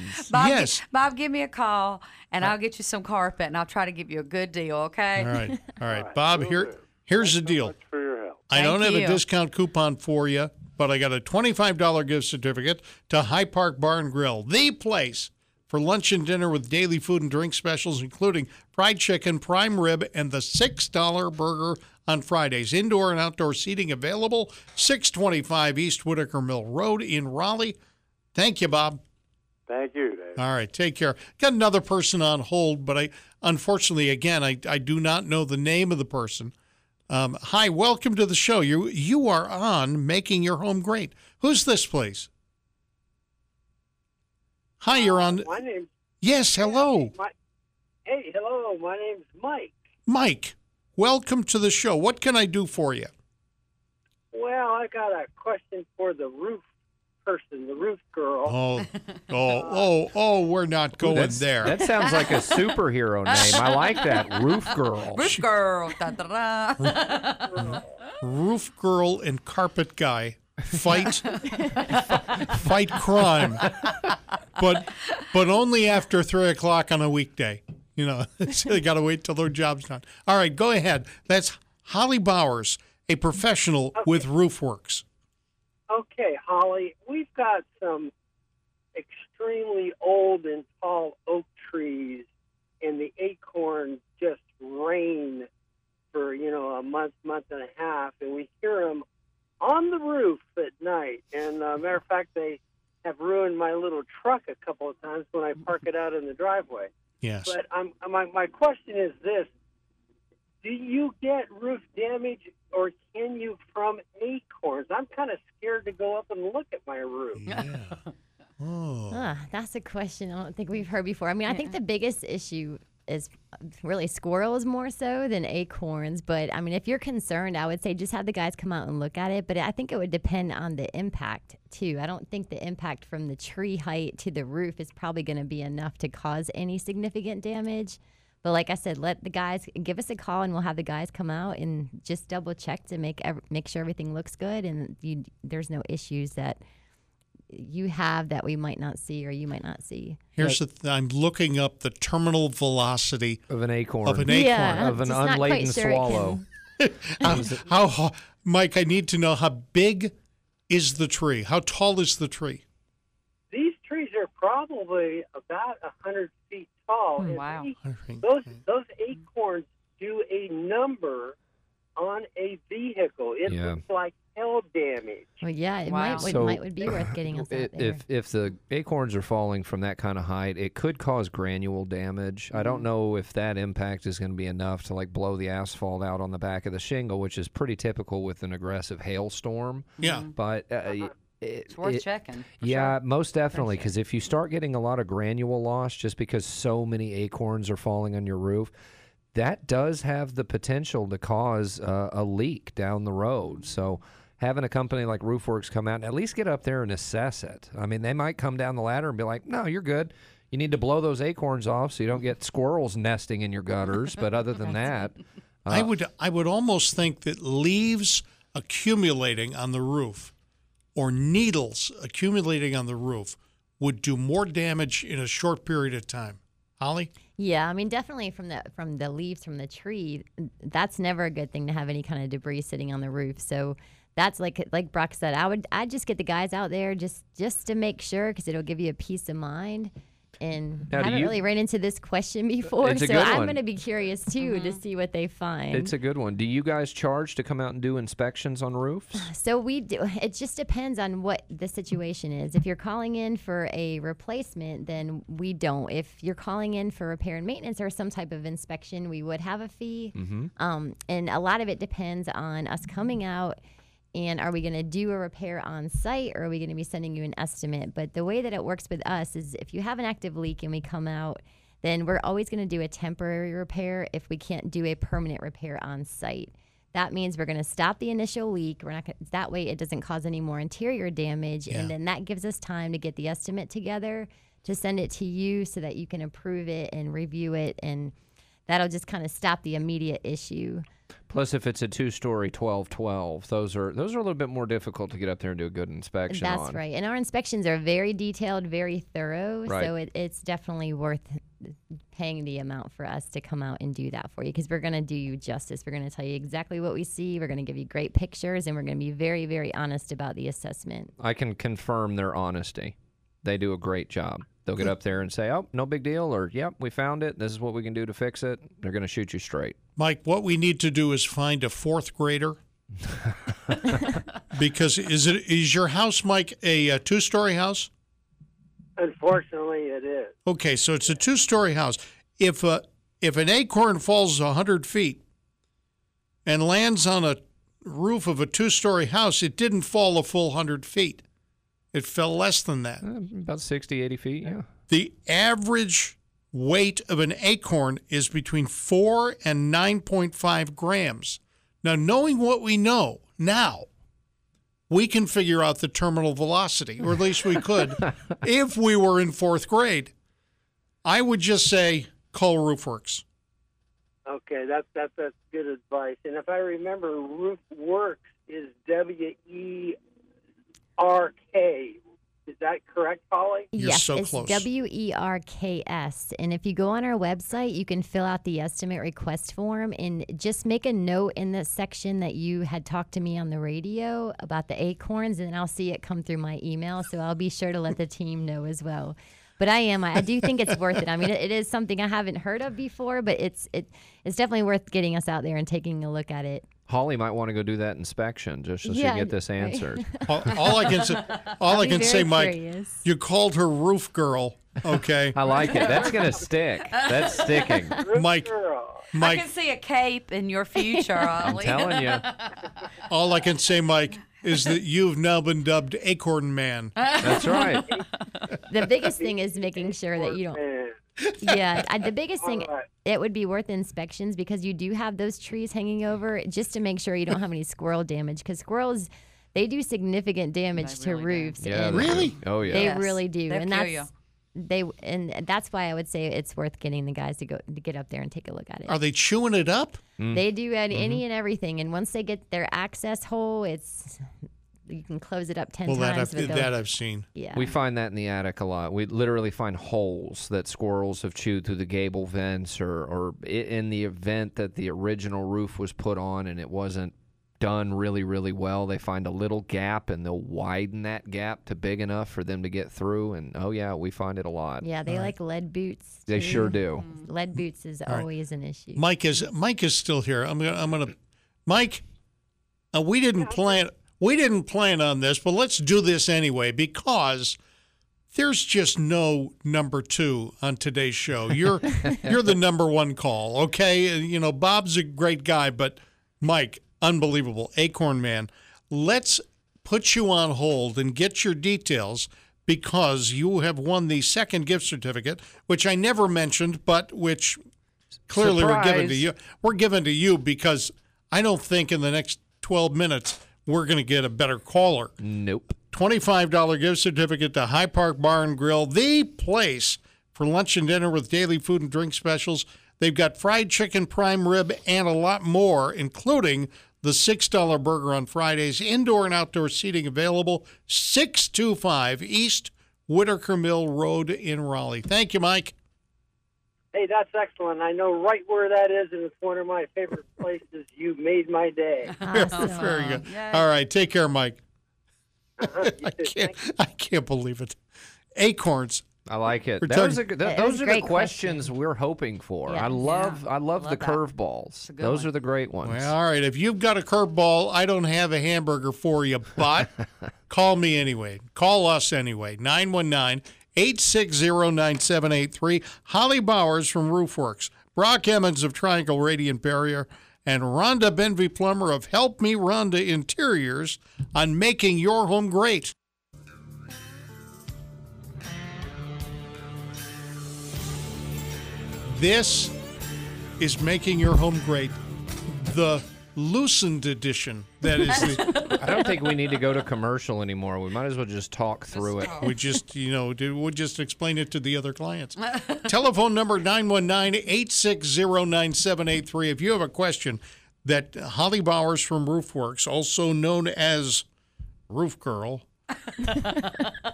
Speaker 3: coupons.
Speaker 4: Bob, gi-
Speaker 2: Yes.
Speaker 4: Bob, give me a call and I'll get you some carpet and I'll try to give you a good deal, okay?
Speaker 2: All right. All right,
Speaker 6: right,
Speaker 2: Bob.
Speaker 6: will
Speaker 2: Here,
Speaker 6: do.
Speaker 2: here's the deal.
Speaker 6: Much for your help.
Speaker 2: I don't
Speaker 4: Thank
Speaker 2: have a
Speaker 4: you.
Speaker 2: discount coupon for you, but I got a $25 gift certificate to High Park Bar and Grill, the place for lunch and dinner with daily food and drink specials, including fried chicken, prime rib, and the $6 burger on Fridays. Indoor and outdoor seating available, 625 East Whitaker Mill Road in Raleigh. Thank you, Bob.
Speaker 6: Thank you, Dave.
Speaker 2: All right, take care. Got another person on hold, but I unfortunately again I, I do not know the name of the person. Um, hi, welcome to the show. You you are on making your home great. Who's this, please? Hi, you're on.
Speaker 7: My name.
Speaker 2: Yes, hello,
Speaker 7: My, hey, hello. My name's Mike.
Speaker 2: Mike. Welcome to the show. What can I do for you?
Speaker 7: Well, I got a question for the roof person, the roof girl.
Speaker 2: Oh, oh, oh, oh! We're not going
Speaker 3: That's-
Speaker 2: there.
Speaker 3: That sounds like a superhero name. I like that. Roof girl.
Speaker 4: Roof girl. da, da, da.
Speaker 2: Roof girl and carpet guy fight fight crime, but but only after three o'clock on a weekday. You know, so they got to wait till their job's done. All right, go ahead. That's Holly Bowers, a professional with RoofWorks.
Speaker 7: Okay, Holly, we've got some extremely old and tall oak trees, and the acorns just rain for you know a month, month and a half, and we hear them on the roof at night. And uh, matter of fact, they have ruined my little truck a couple of times when I park it out in the driveway.
Speaker 2: Yes.
Speaker 7: But um, my my question is this: Do you get roof damage, or can you from acorns? I'm kind of scared to go up and look at my roof.
Speaker 2: yeah. Oh.
Speaker 5: Ah, that's a question I don't think we've heard before. I mean, I think the biggest issue is really squirrels more so than acorns. But I mean, if you're concerned, I would say just have the guys come out and look at it. But I think it would depend on the impact too. I don't think the impact from the tree height to the roof is probably going to be enough to cause any significant damage. But like I said, let the guys give us a call, and we'll have the guys come out and just double check to make ev- make sure everything looks good, and you, there's no issues that you have that we might not see or you might not see.
Speaker 2: Here's the th- I'm looking up the terminal velocity
Speaker 3: Of an acorn.
Speaker 2: of an acorn.
Speaker 5: Yeah.
Speaker 3: Of an
Speaker 5: Just not quite
Speaker 3: unladen
Speaker 5: sure it
Speaker 3: swallow.
Speaker 2: How, how ho- Mike? I need to know how big is the tree? How tall is the tree?
Speaker 7: These trees are probably about a hundred feet tall. and
Speaker 4: Wow.
Speaker 7: these-
Speaker 2: I think-
Speaker 7: Those those acorns do a number on a vehicle. It
Speaker 3: Yeah.
Speaker 7: looks like hell damage.
Speaker 5: Well, yeah, it
Speaker 4: Wow.
Speaker 5: might would,
Speaker 3: So-
Speaker 5: might would be worth getting us out
Speaker 3: It-
Speaker 5: there.
Speaker 3: if if the acorns are falling from that kind of height, it could cause granule damage. I
Speaker 5: Mm-hmm.
Speaker 3: don't know if that impact is going to be enough to like blow the asphalt out on the back of the shingle, which is pretty typical with an aggressive hailstorm.
Speaker 2: Yeah.
Speaker 3: But uh,
Speaker 5: Uh-huh.
Speaker 3: it,
Speaker 4: It's worth
Speaker 3: it-
Speaker 4: checking. for
Speaker 3: Yeah,
Speaker 4: sure.
Speaker 3: most definitely. Because if you start getting a lot of granule loss just because so many acorns are falling on your roof, that does have the potential to cause uh, a leak down the road. So having a company like Roofworks come out and at least get up there and assess it. I mean, they might come down the ladder and be like, "No, you're good. You need to blow those acorns off so you don't get squirrels nesting in your gutters." But other than that,
Speaker 2: I would I would almost think that leaves accumulating on the roof or needles accumulating on the roof would do more damage in a short period of time. Holly?
Speaker 5: Yeah, I mean, definitely from the from the leaves from the tree, that's never a good thing to have any kind of debris sitting on the roof. So that's like like Brock said, I would I'd just get the guys out there just just to make sure because it'll give you a peace of mind. And
Speaker 3: Now,
Speaker 5: I
Speaker 3: do
Speaker 5: haven't
Speaker 3: you-
Speaker 5: really ran into this question before,
Speaker 3: It's a
Speaker 5: so
Speaker 3: good
Speaker 5: I'm
Speaker 3: one.
Speaker 5: going to be curious too to see what they find.
Speaker 3: it's a good one. Do you guys charge to come out and do inspections on roofs?
Speaker 5: So we do. It just depends on what the situation is. If you're calling in for a replacement, then we don't. If you're calling in for repair and maintenance or some type of inspection, we would have a fee. Um, and a lot of it depends on us coming out. And are we going to do a repair on site or are we going to be sending you an estimate? But the way that it works with us is if you have an active leak and we come out, then we're always going to do a temporary repair if we can't do a permanent repair on site. That means we're going to stop the initial leak. We're not gonna, that way it doesn't cause any more interior damage,
Speaker 2: Yeah.
Speaker 5: and then that gives us time to get the estimate together to send it to you so that you can approve it and review it, and that'll just kind of stop the immediate issue.
Speaker 3: Plus, if it's a two-story twelve-twelve, those are those are a little bit more difficult to get up there and do a good inspection
Speaker 5: That's
Speaker 3: on.
Speaker 5: right. And our inspections are very detailed, very thorough,
Speaker 3: Right.
Speaker 5: so it, it's definitely worth paying the amount for us to come out and do that for you because we're going to do you justice. We're going to tell you exactly what we see. We're going to give you great pictures, and we're going to be very, very honest about the assessment.
Speaker 3: I can confirm their honesty. They do a great job. They'll get up there and say, "Oh, no big deal," or "Yep, we found it. This is what we can do to fix it." They're going to shoot you straight.
Speaker 2: Mike, what we need to do is find a fourth grader. because is it is your house, Mike, a, uh two-story house?
Speaker 7: Unfortunately, it is.
Speaker 2: Okay, so it's a two-story house. If a if an acorn falls hundred feet and lands on a roof of a two-story house, it didn't fall a full hundred feet. It fell less than that.
Speaker 3: Uh, About 60, 80 feet. Yeah.
Speaker 2: The average weight of an acorn is between four and nine point five grams. Now, knowing what we know now, we can figure out the terminal velocity, or at least we could if we were in fourth grade. I would just say call Roofworks.
Speaker 7: Okay, that's that's that's good advice. And if I remember, Roof Works is W E R K. Is that correct, Holly?
Speaker 2: You're
Speaker 5: yes,
Speaker 2: so
Speaker 5: it's
Speaker 2: close.
Speaker 5: W E R K S. And if you go on our website, you can fill out the estimate request form and just make a note in the section that you had talked to me on the radio about the acorns, and then I'll see it come through my email. So I'll be sure to let the team know as well. But I am. I, I do think it's worth it. I mean, it, it is something I haven't heard of before, but it's it it's definitely worth getting us out there and taking a look at it.
Speaker 3: Holly might want to go do that inspection just so she
Speaker 5: Yeah,
Speaker 3: can get this
Speaker 5: right.
Speaker 3: answered.
Speaker 2: All, all I can say, all I
Speaker 5: I'll be
Speaker 2: can say,
Speaker 5: very
Speaker 2: Mike,
Speaker 5: curious.
Speaker 2: you called her roof girl. Okay,
Speaker 3: I like it. That's going to stick. That's sticking.
Speaker 7: Roof
Speaker 2: Mike.
Speaker 7: Girl.
Speaker 4: I
Speaker 2: Mike.
Speaker 4: can see a cape in your future,
Speaker 3: I'm
Speaker 4: Ollie.
Speaker 3: telling you.
Speaker 2: All
Speaker 5: Uh,
Speaker 2: I can say, Mike, is that you've now been dubbed Acorn Man.
Speaker 3: That's right.
Speaker 5: the biggest thing is making sure that you don't.
Speaker 7: Man,
Speaker 5: Yeah, I- the biggest thing
Speaker 7: All right.
Speaker 5: it would be worth inspections because you do have those trees hanging over just to make sure you don't have any squirrel damage because squirrels they do significant damage
Speaker 4: They
Speaker 5: to
Speaker 4: really do.
Speaker 5: roofs.
Speaker 3: Yeah,
Speaker 5: and
Speaker 3: they do.
Speaker 2: Really?
Speaker 3: Oh yeah.
Speaker 5: They
Speaker 4: Yes.
Speaker 5: really do,
Speaker 4: They'll
Speaker 5: and
Speaker 4: kill
Speaker 5: that's they and that's why I would say it's worth getting the guys to go to get up there and take a look at it.
Speaker 2: Are they chewing it up?
Speaker 3: Mm.
Speaker 5: They do any,
Speaker 3: Mm-hmm.
Speaker 5: any and everything, and once they get their access hole, it's you can close it up ten
Speaker 2: Well, that I've,
Speaker 5: times. but they'll-
Speaker 2: that I've seen.
Speaker 5: yeah,
Speaker 3: We find that in the attic a lot. We literally find holes that squirrels have chewed through the gable vents, or, or i- in the event that the original roof was put on and it wasn't done really, really well, they find a little gap and they'll widen that gap to big enough for them to get through. And oh, yeah, we find it a lot.
Speaker 5: yeah, Mm-hmm. they like lead boots.
Speaker 3: They
Speaker 5: too.
Speaker 3: sure do.
Speaker 5: Mm. Lead boots is always an issue.
Speaker 2: Mike is Mike is still here. I'm gonna I'm gonna Mike. Uh, we didn't plan we didn't plan on this, but let's do this anyway because there's just no number two on today's show. You're you're the number one call, okay? And, You know Bob's a great guy, but Mike, unbelievable, Acorn Man. Let's put you on hold and get your details because you have won the second gift certificate, which I never mentioned, but which clearly we're giving to
Speaker 3: Surprise.
Speaker 2: you. We're giving to you because I don't think in the next 12 minutes we're going to get a better caller.
Speaker 3: Nope.
Speaker 2: $25 gift certificate to High Park Bar and Grill, the place for lunch and dinner with daily food and drink specials. They've got fried chicken, prime rib, and a lot more, including the $6 burger on Fridays. Indoor and outdoor seating available, 625 East Whitaker Mill Road in Raleigh. Thank you, Mike.
Speaker 7: Hey, that's excellent. I know right where that is, and it's one of my favorite places. You made my day.
Speaker 2: Very good.
Speaker 4: Yay.
Speaker 2: All right. Take care, Mike.
Speaker 7: Uh-huh, you
Speaker 2: I
Speaker 7: too.
Speaker 2: can't, I can't believe it. Acorns.
Speaker 3: I like it.
Speaker 2: We're
Speaker 3: Those are,
Speaker 2: talking-
Speaker 3: th-
Speaker 5: That was
Speaker 3: those
Speaker 5: a
Speaker 3: are the
Speaker 5: great question.
Speaker 3: questions we're hoping for.
Speaker 5: Yeah.
Speaker 3: I love I love, the
Speaker 4: Love that.
Speaker 3: curveballs.
Speaker 4: a good
Speaker 3: Those
Speaker 4: one.
Speaker 3: are the great ones.
Speaker 2: Well, all right. If you've got a curveball, I don't have a hamburger for you, but call me anyway. Call us anyway. 919 860 9783. Holly Bowers from Roofworks, Brock Emmons of Triangle Radiant Barrier, and Rhonda Benvey Plummer of Help Me Rhonda Interiors on making your home great. This is making your home great. The loosened edition. That is the.
Speaker 3: I don't think we need to go to commercial anymore. We might as well just talk through it.
Speaker 2: We just, you know, do- we'll just explain it to the other clients. Telephone number 919 860 9783. If you have a question that Holly Bowers from Roofworks, also known as Roof Girl,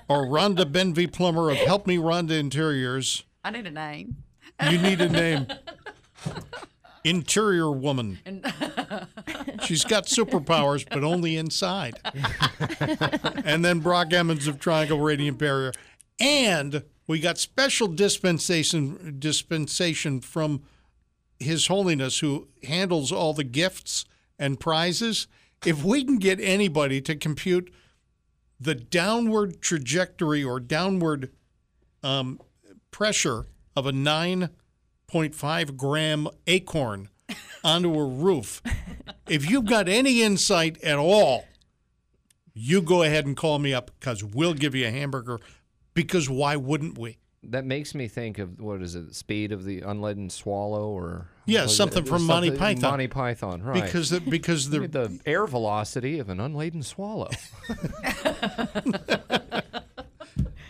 Speaker 2: or Rhonda Benvey Plummer of Help Me Rhonda Interiors,
Speaker 4: I need a name.
Speaker 2: you need a name. Interior woman. She's got superpowers, but only inside. and then Brock Emmons of Triangle Radiant Barrier. And we got special dispensation dispensation from His Holiness, who handles all the gifts and prizes. If we can get anybody to compute the downward trajectory or downward um, pressure of a 9.5 gram acorn onto a roof. If you've got any insight at all, you go ahead and call me up because we'll give you a hamburger. Because why wouldn't we?
Speaker 3: That makes me think of what is it? Speed of the Unleaden Swallow, or
Speaker 2: Yeah,
Speaker 3: what is
Speaker 2: something
Speaker 3: it?
Speaker 2: from Monty
Speaker 3: Something-
Speaker 2: Python.
Speaker 3: Monty Python, right?
Speaker 2: Because the, because
Speaker 3: Look at
Speaker 2: the
Speaker 3: the air velocity of an unladen swallow.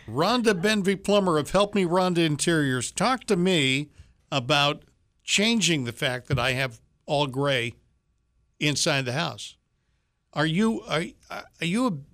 Speaker 2: Rhonda Benvey Plummer of Help Me Rhonda Interiors talked to me about changing the fact that I have all gray inside the house. Are you are, are you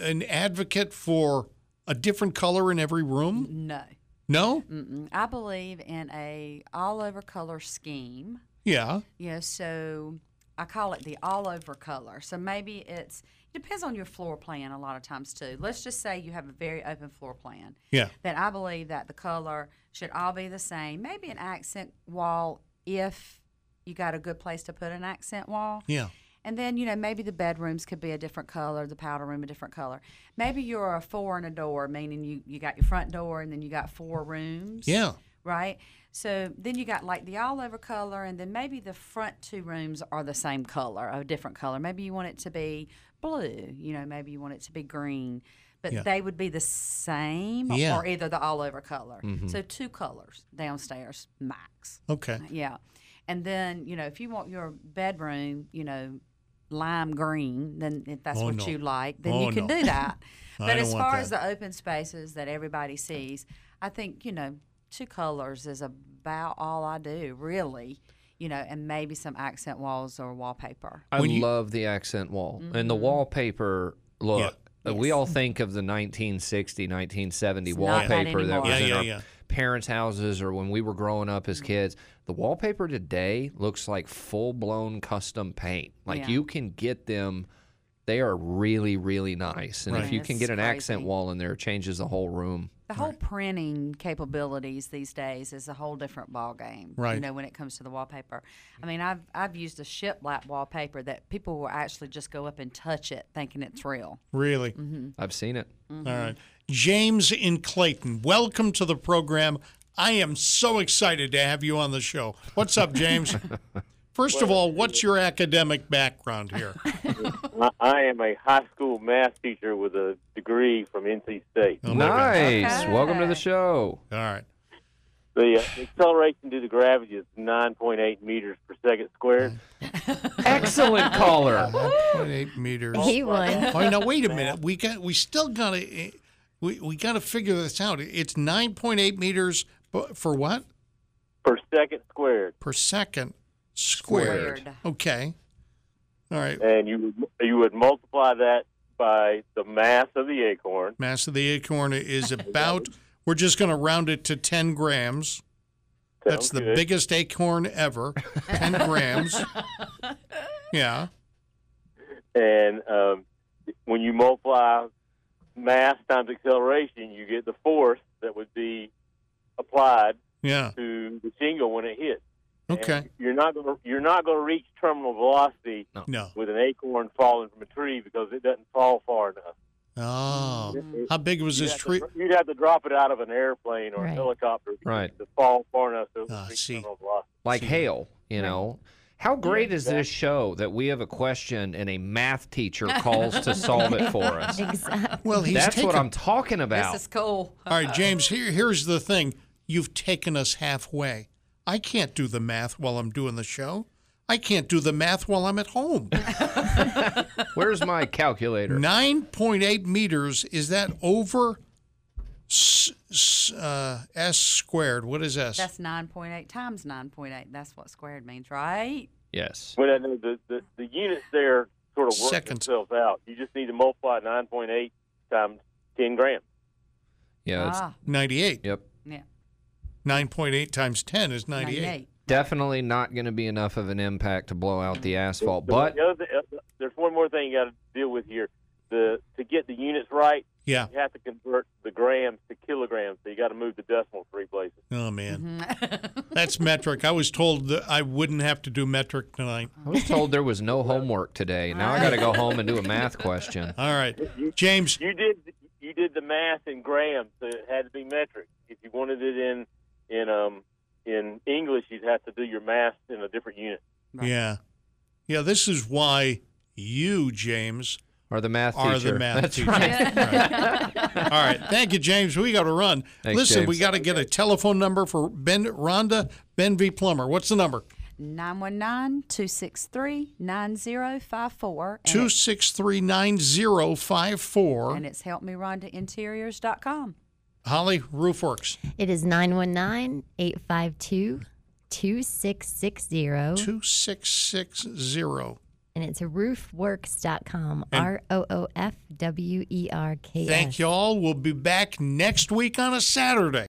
Speaker 2: a, an advocate for a different color in every room?
Speaker 4: No.
Speaker 2: No.
Speaker 4: Mm-mm. I believe in a all over color scheme.
Speaker 2: Yeah.
Speaker 4: Yeah, so I call it the all over color. So maybe it's it depends on your floor plan a lot of times too. Let's just say you have a very open floor plan.
Speaker 2: Yeah.
Speaker 4: That I believe that the color should all be the same. Maybe an accent wall if you got a good place to put an accent wall.
Speaker 2: Yeah.
Speaker 4: And then, you know, maybe the bedrooms could be a different color, the powder room a different color. Maybe you're a four and a door, meaning you, you got your front door and then you got four rooms.
Speaker 2: Yeah.
Speaker 4: Right? So then you got like the all over color, and then maybe the front two rooms are the same color, a different color. Maybe you want it to be blue. You know, maybe you want it to be green, but
Speaker 2: Yeah.
Speaker 4: they would be the same
Speaker 2: Yeah. Mm-hmm.
Speaker 4: or either the all over color. So two colors downstairs max.
Speaker 2: Okay.
Speaker 4: Yeah. And then, you know, if you want your bedroom, you know, lime green, then if that's
Speaker 2: Oh,
Speaker 4: what
Speaker 2: no.
Speaker 4: you like, then
Speaker 2: Oh,
Speaker 4: you can
Speaker 2: no.
Speaker 4: do that.
Speaker 2: I
Speaker 4: but
Speaker 2: don't
Speaker 4: as
Speaker 2: want
Speaker 4: far
Speaker 2: that.
Speaker 4: as the open spaces that everybody sees, I think, you know, two colors is about all I do, really. You know, and maybe some accent walls or wallpaper.
Speaker 3: I
Speaker 2: When you-
Speaker 3: love the accent wall
Speaker 4: Mm-hmm.
Speaker 3: and the wallpaper look. uh, We all think of the 1960, 1970
Speaker 4: It's not that
Speaker 3: wallpaper that
Speaker 4: anymore.
Speaker 3: was
Speaker 4: Yeah,
Speaker 3: in
Speaker 2: yeah,
Speaker 3: our
Speaker 2: yeah.
Speaker 3: parents' houses or when we were growing up as kids. The wallpaper today looks like full blown custom paint. Like
Speaker 4: Yeah.
Speaker 3: you can get them. They are really, really nice. And if
Speaker 4: Right.
Speaker 3: you can
Speaker 4: It's
Speaker 3: get an accent
Speaker 4: crazy.
Speaker 3: wall in there, it changes the whole room.
Speaker 4: The whole printing capabilities these days is a whole different ballgame.
Speaker 2: Right.
Speaker 4: You know, when it comes to the wallpaper. I mean, I've I've used a shiplap wallpaper that people will actually just go up and touch it, thinking it's real.
Speaker 2: Really?
Speaker 4: Mm-hmm.
Speaker 3: I've seen it.
Speaker 2: All right. James in Clayton, welcome to the program. I am so excited to have you on the show. What's up, James? First of all, what's your academic background here?
Speaker 6: I, I am a high school math teacher with a degree from NC State.
Speaker 2: Oh, my God.
Speaker 3: nice. Welcome to the
Speaker 4: Okay.
Speaker 3: show.
Speaker 2: All right.
Speaker 6: The uh, acceleration due to gravity is 9.8 meters per second squared.
Speaker 3: Excellent caller.
Speaker 2: 1.8 meters.
Speaker 5: He won.
Speaker 2: Oh, now wait a minute. We got we still gotta eh, we, we gotta figure this out. It's nine point eight meters bu- for what
Speaker 6: Per second squared.
Speaker 2: per second squared.
Speaker 4: Squared.
Speaker 2: Okay. All right.
Speaker 6: And you, you would multiply that by the mass of the acorn.
Speaker 2: Mass of the acorn is about. we're just gonna round it to ten grams. That's
Speaker 6: Sounds
Speaker 2: the
Speaker 6: good.
Speaker 2: biggest acorn ever. Ten grams. Yeah.
Speaker 6: And um, when you multiply mass times acceleration, you get the force that would be applied
Speaker 2: Yeah.
Speaker 6: to the shingle when it hits. And
Speaker 2: Okay.
Speaker 6: you're not gonna, you're not going to reach terminal velocity
Speaker 2: No.
Speaker 6: with an acorn falling from a tree because it doesn't fall far enough.
Speaker 2: Oh. How big was
Speaker 6: You'd
Speaker 2: this
Speaker 6: have to
Speaker 2: tree?
Speaker 6: dr- you'd have to drop it out of an airplane or
Speaker 5: Right.
Speaker 6: a helicopter to-
Speaker 3: Right.
Speaker 6: to fall far enough to
Speaker 2: Ah,
Speaker 6: reach
Speaker 2: see.
Speaker 6: terminal velocity.
Speaker 3: like hail, you know. How great is this show that we have a question and a math teacher calls to solve it for us?
Speaker 5: Exactly.
Speaker 2: Well, he's
Speaker 3: That's
Speaker 2: taken
Speaker 3: what I'm talking about.
Speaker 4: This is cool.
Speaker 2: All right, James, here, here's the thing. You've taken us halfway. I can't do the math while I'm doing the show. I can't do the math while I'm at home.
Speaker 3: Where's my calculator?
Speaker 2: 9.8 meters, is that over s, s, uh, s squared? What is s?
Speaker 4: That's nine point eight times nine point eight. That's what squared means, right?
Speaker 3: Yes.
Speaker 6: But I know the, the, the units there sort of work
Speaker 2: Seconds.
Speaker 6: themselves out. You just need to multiply 9.8 times 10 grams.
Speaker 3: Yeah. It's,
Speaker 4: ah,
Speaker 2: 98.
Speaker 3: Yep.
Speaker 4: yeah.
Speaker 2: 9.8 times 10 is 98.
Speaker 4: 98.
Speaker 3: Definitely not going to be enough of an impact to blow out the asphalt,
Speaker 6: The-
Speaker 3: but
Speaker 6: the other thing- uh, there's one more thing you got to deal with here. The to get the units right,
Speaker 2: Yeah.
Speaker 6: you have to convert the grams to kilograms. So you got to move the decimal three places.
Speaker 2: Oh, man. That's metric. I was told that I wouldn't have to do metric tonight.
Speaker 3: I was told there was no homework today. Now I got to go home and do a math question.
Speaker 2: All right. James,
Speaker 6: You did you did the math in grams, so it had to be metric. If you wanted it in in um in English, you'd have to do your math in a different unit.
Speaker 2: Yeah. Yeah, this is why you, James,
Speaker 3: Or the math
Speaker 2: are
Speaker 3: teacher.
Speaker 2: the math
Speaker 3: That's
Speaker 2: teacher.
Speaker 3: right.
Speaker 2: All right. All right. Thank you, James. We got to run.
Speaker 3: Thanks,
Speaker 2: Listen, we
Speaker 3: James.
Speaker 2: got to get a telephone number for Ben Rhonda Ben V. Plummer. What's the number?
Speaker 4: 919-263-9054.
Speaker 2: 2639054.
Speaker 4: And, it- and it's helpmerhondainteriors.com.
Speaker 2: Holly Roofworks.
Speaker 5: It is 919 852 2660.
Speaker 2: 2660.
Speaker 5: And it's roofworks.com. R O O F W E R K S.
Speaker 2: Thank you all. We'll be back next week on a Saturday.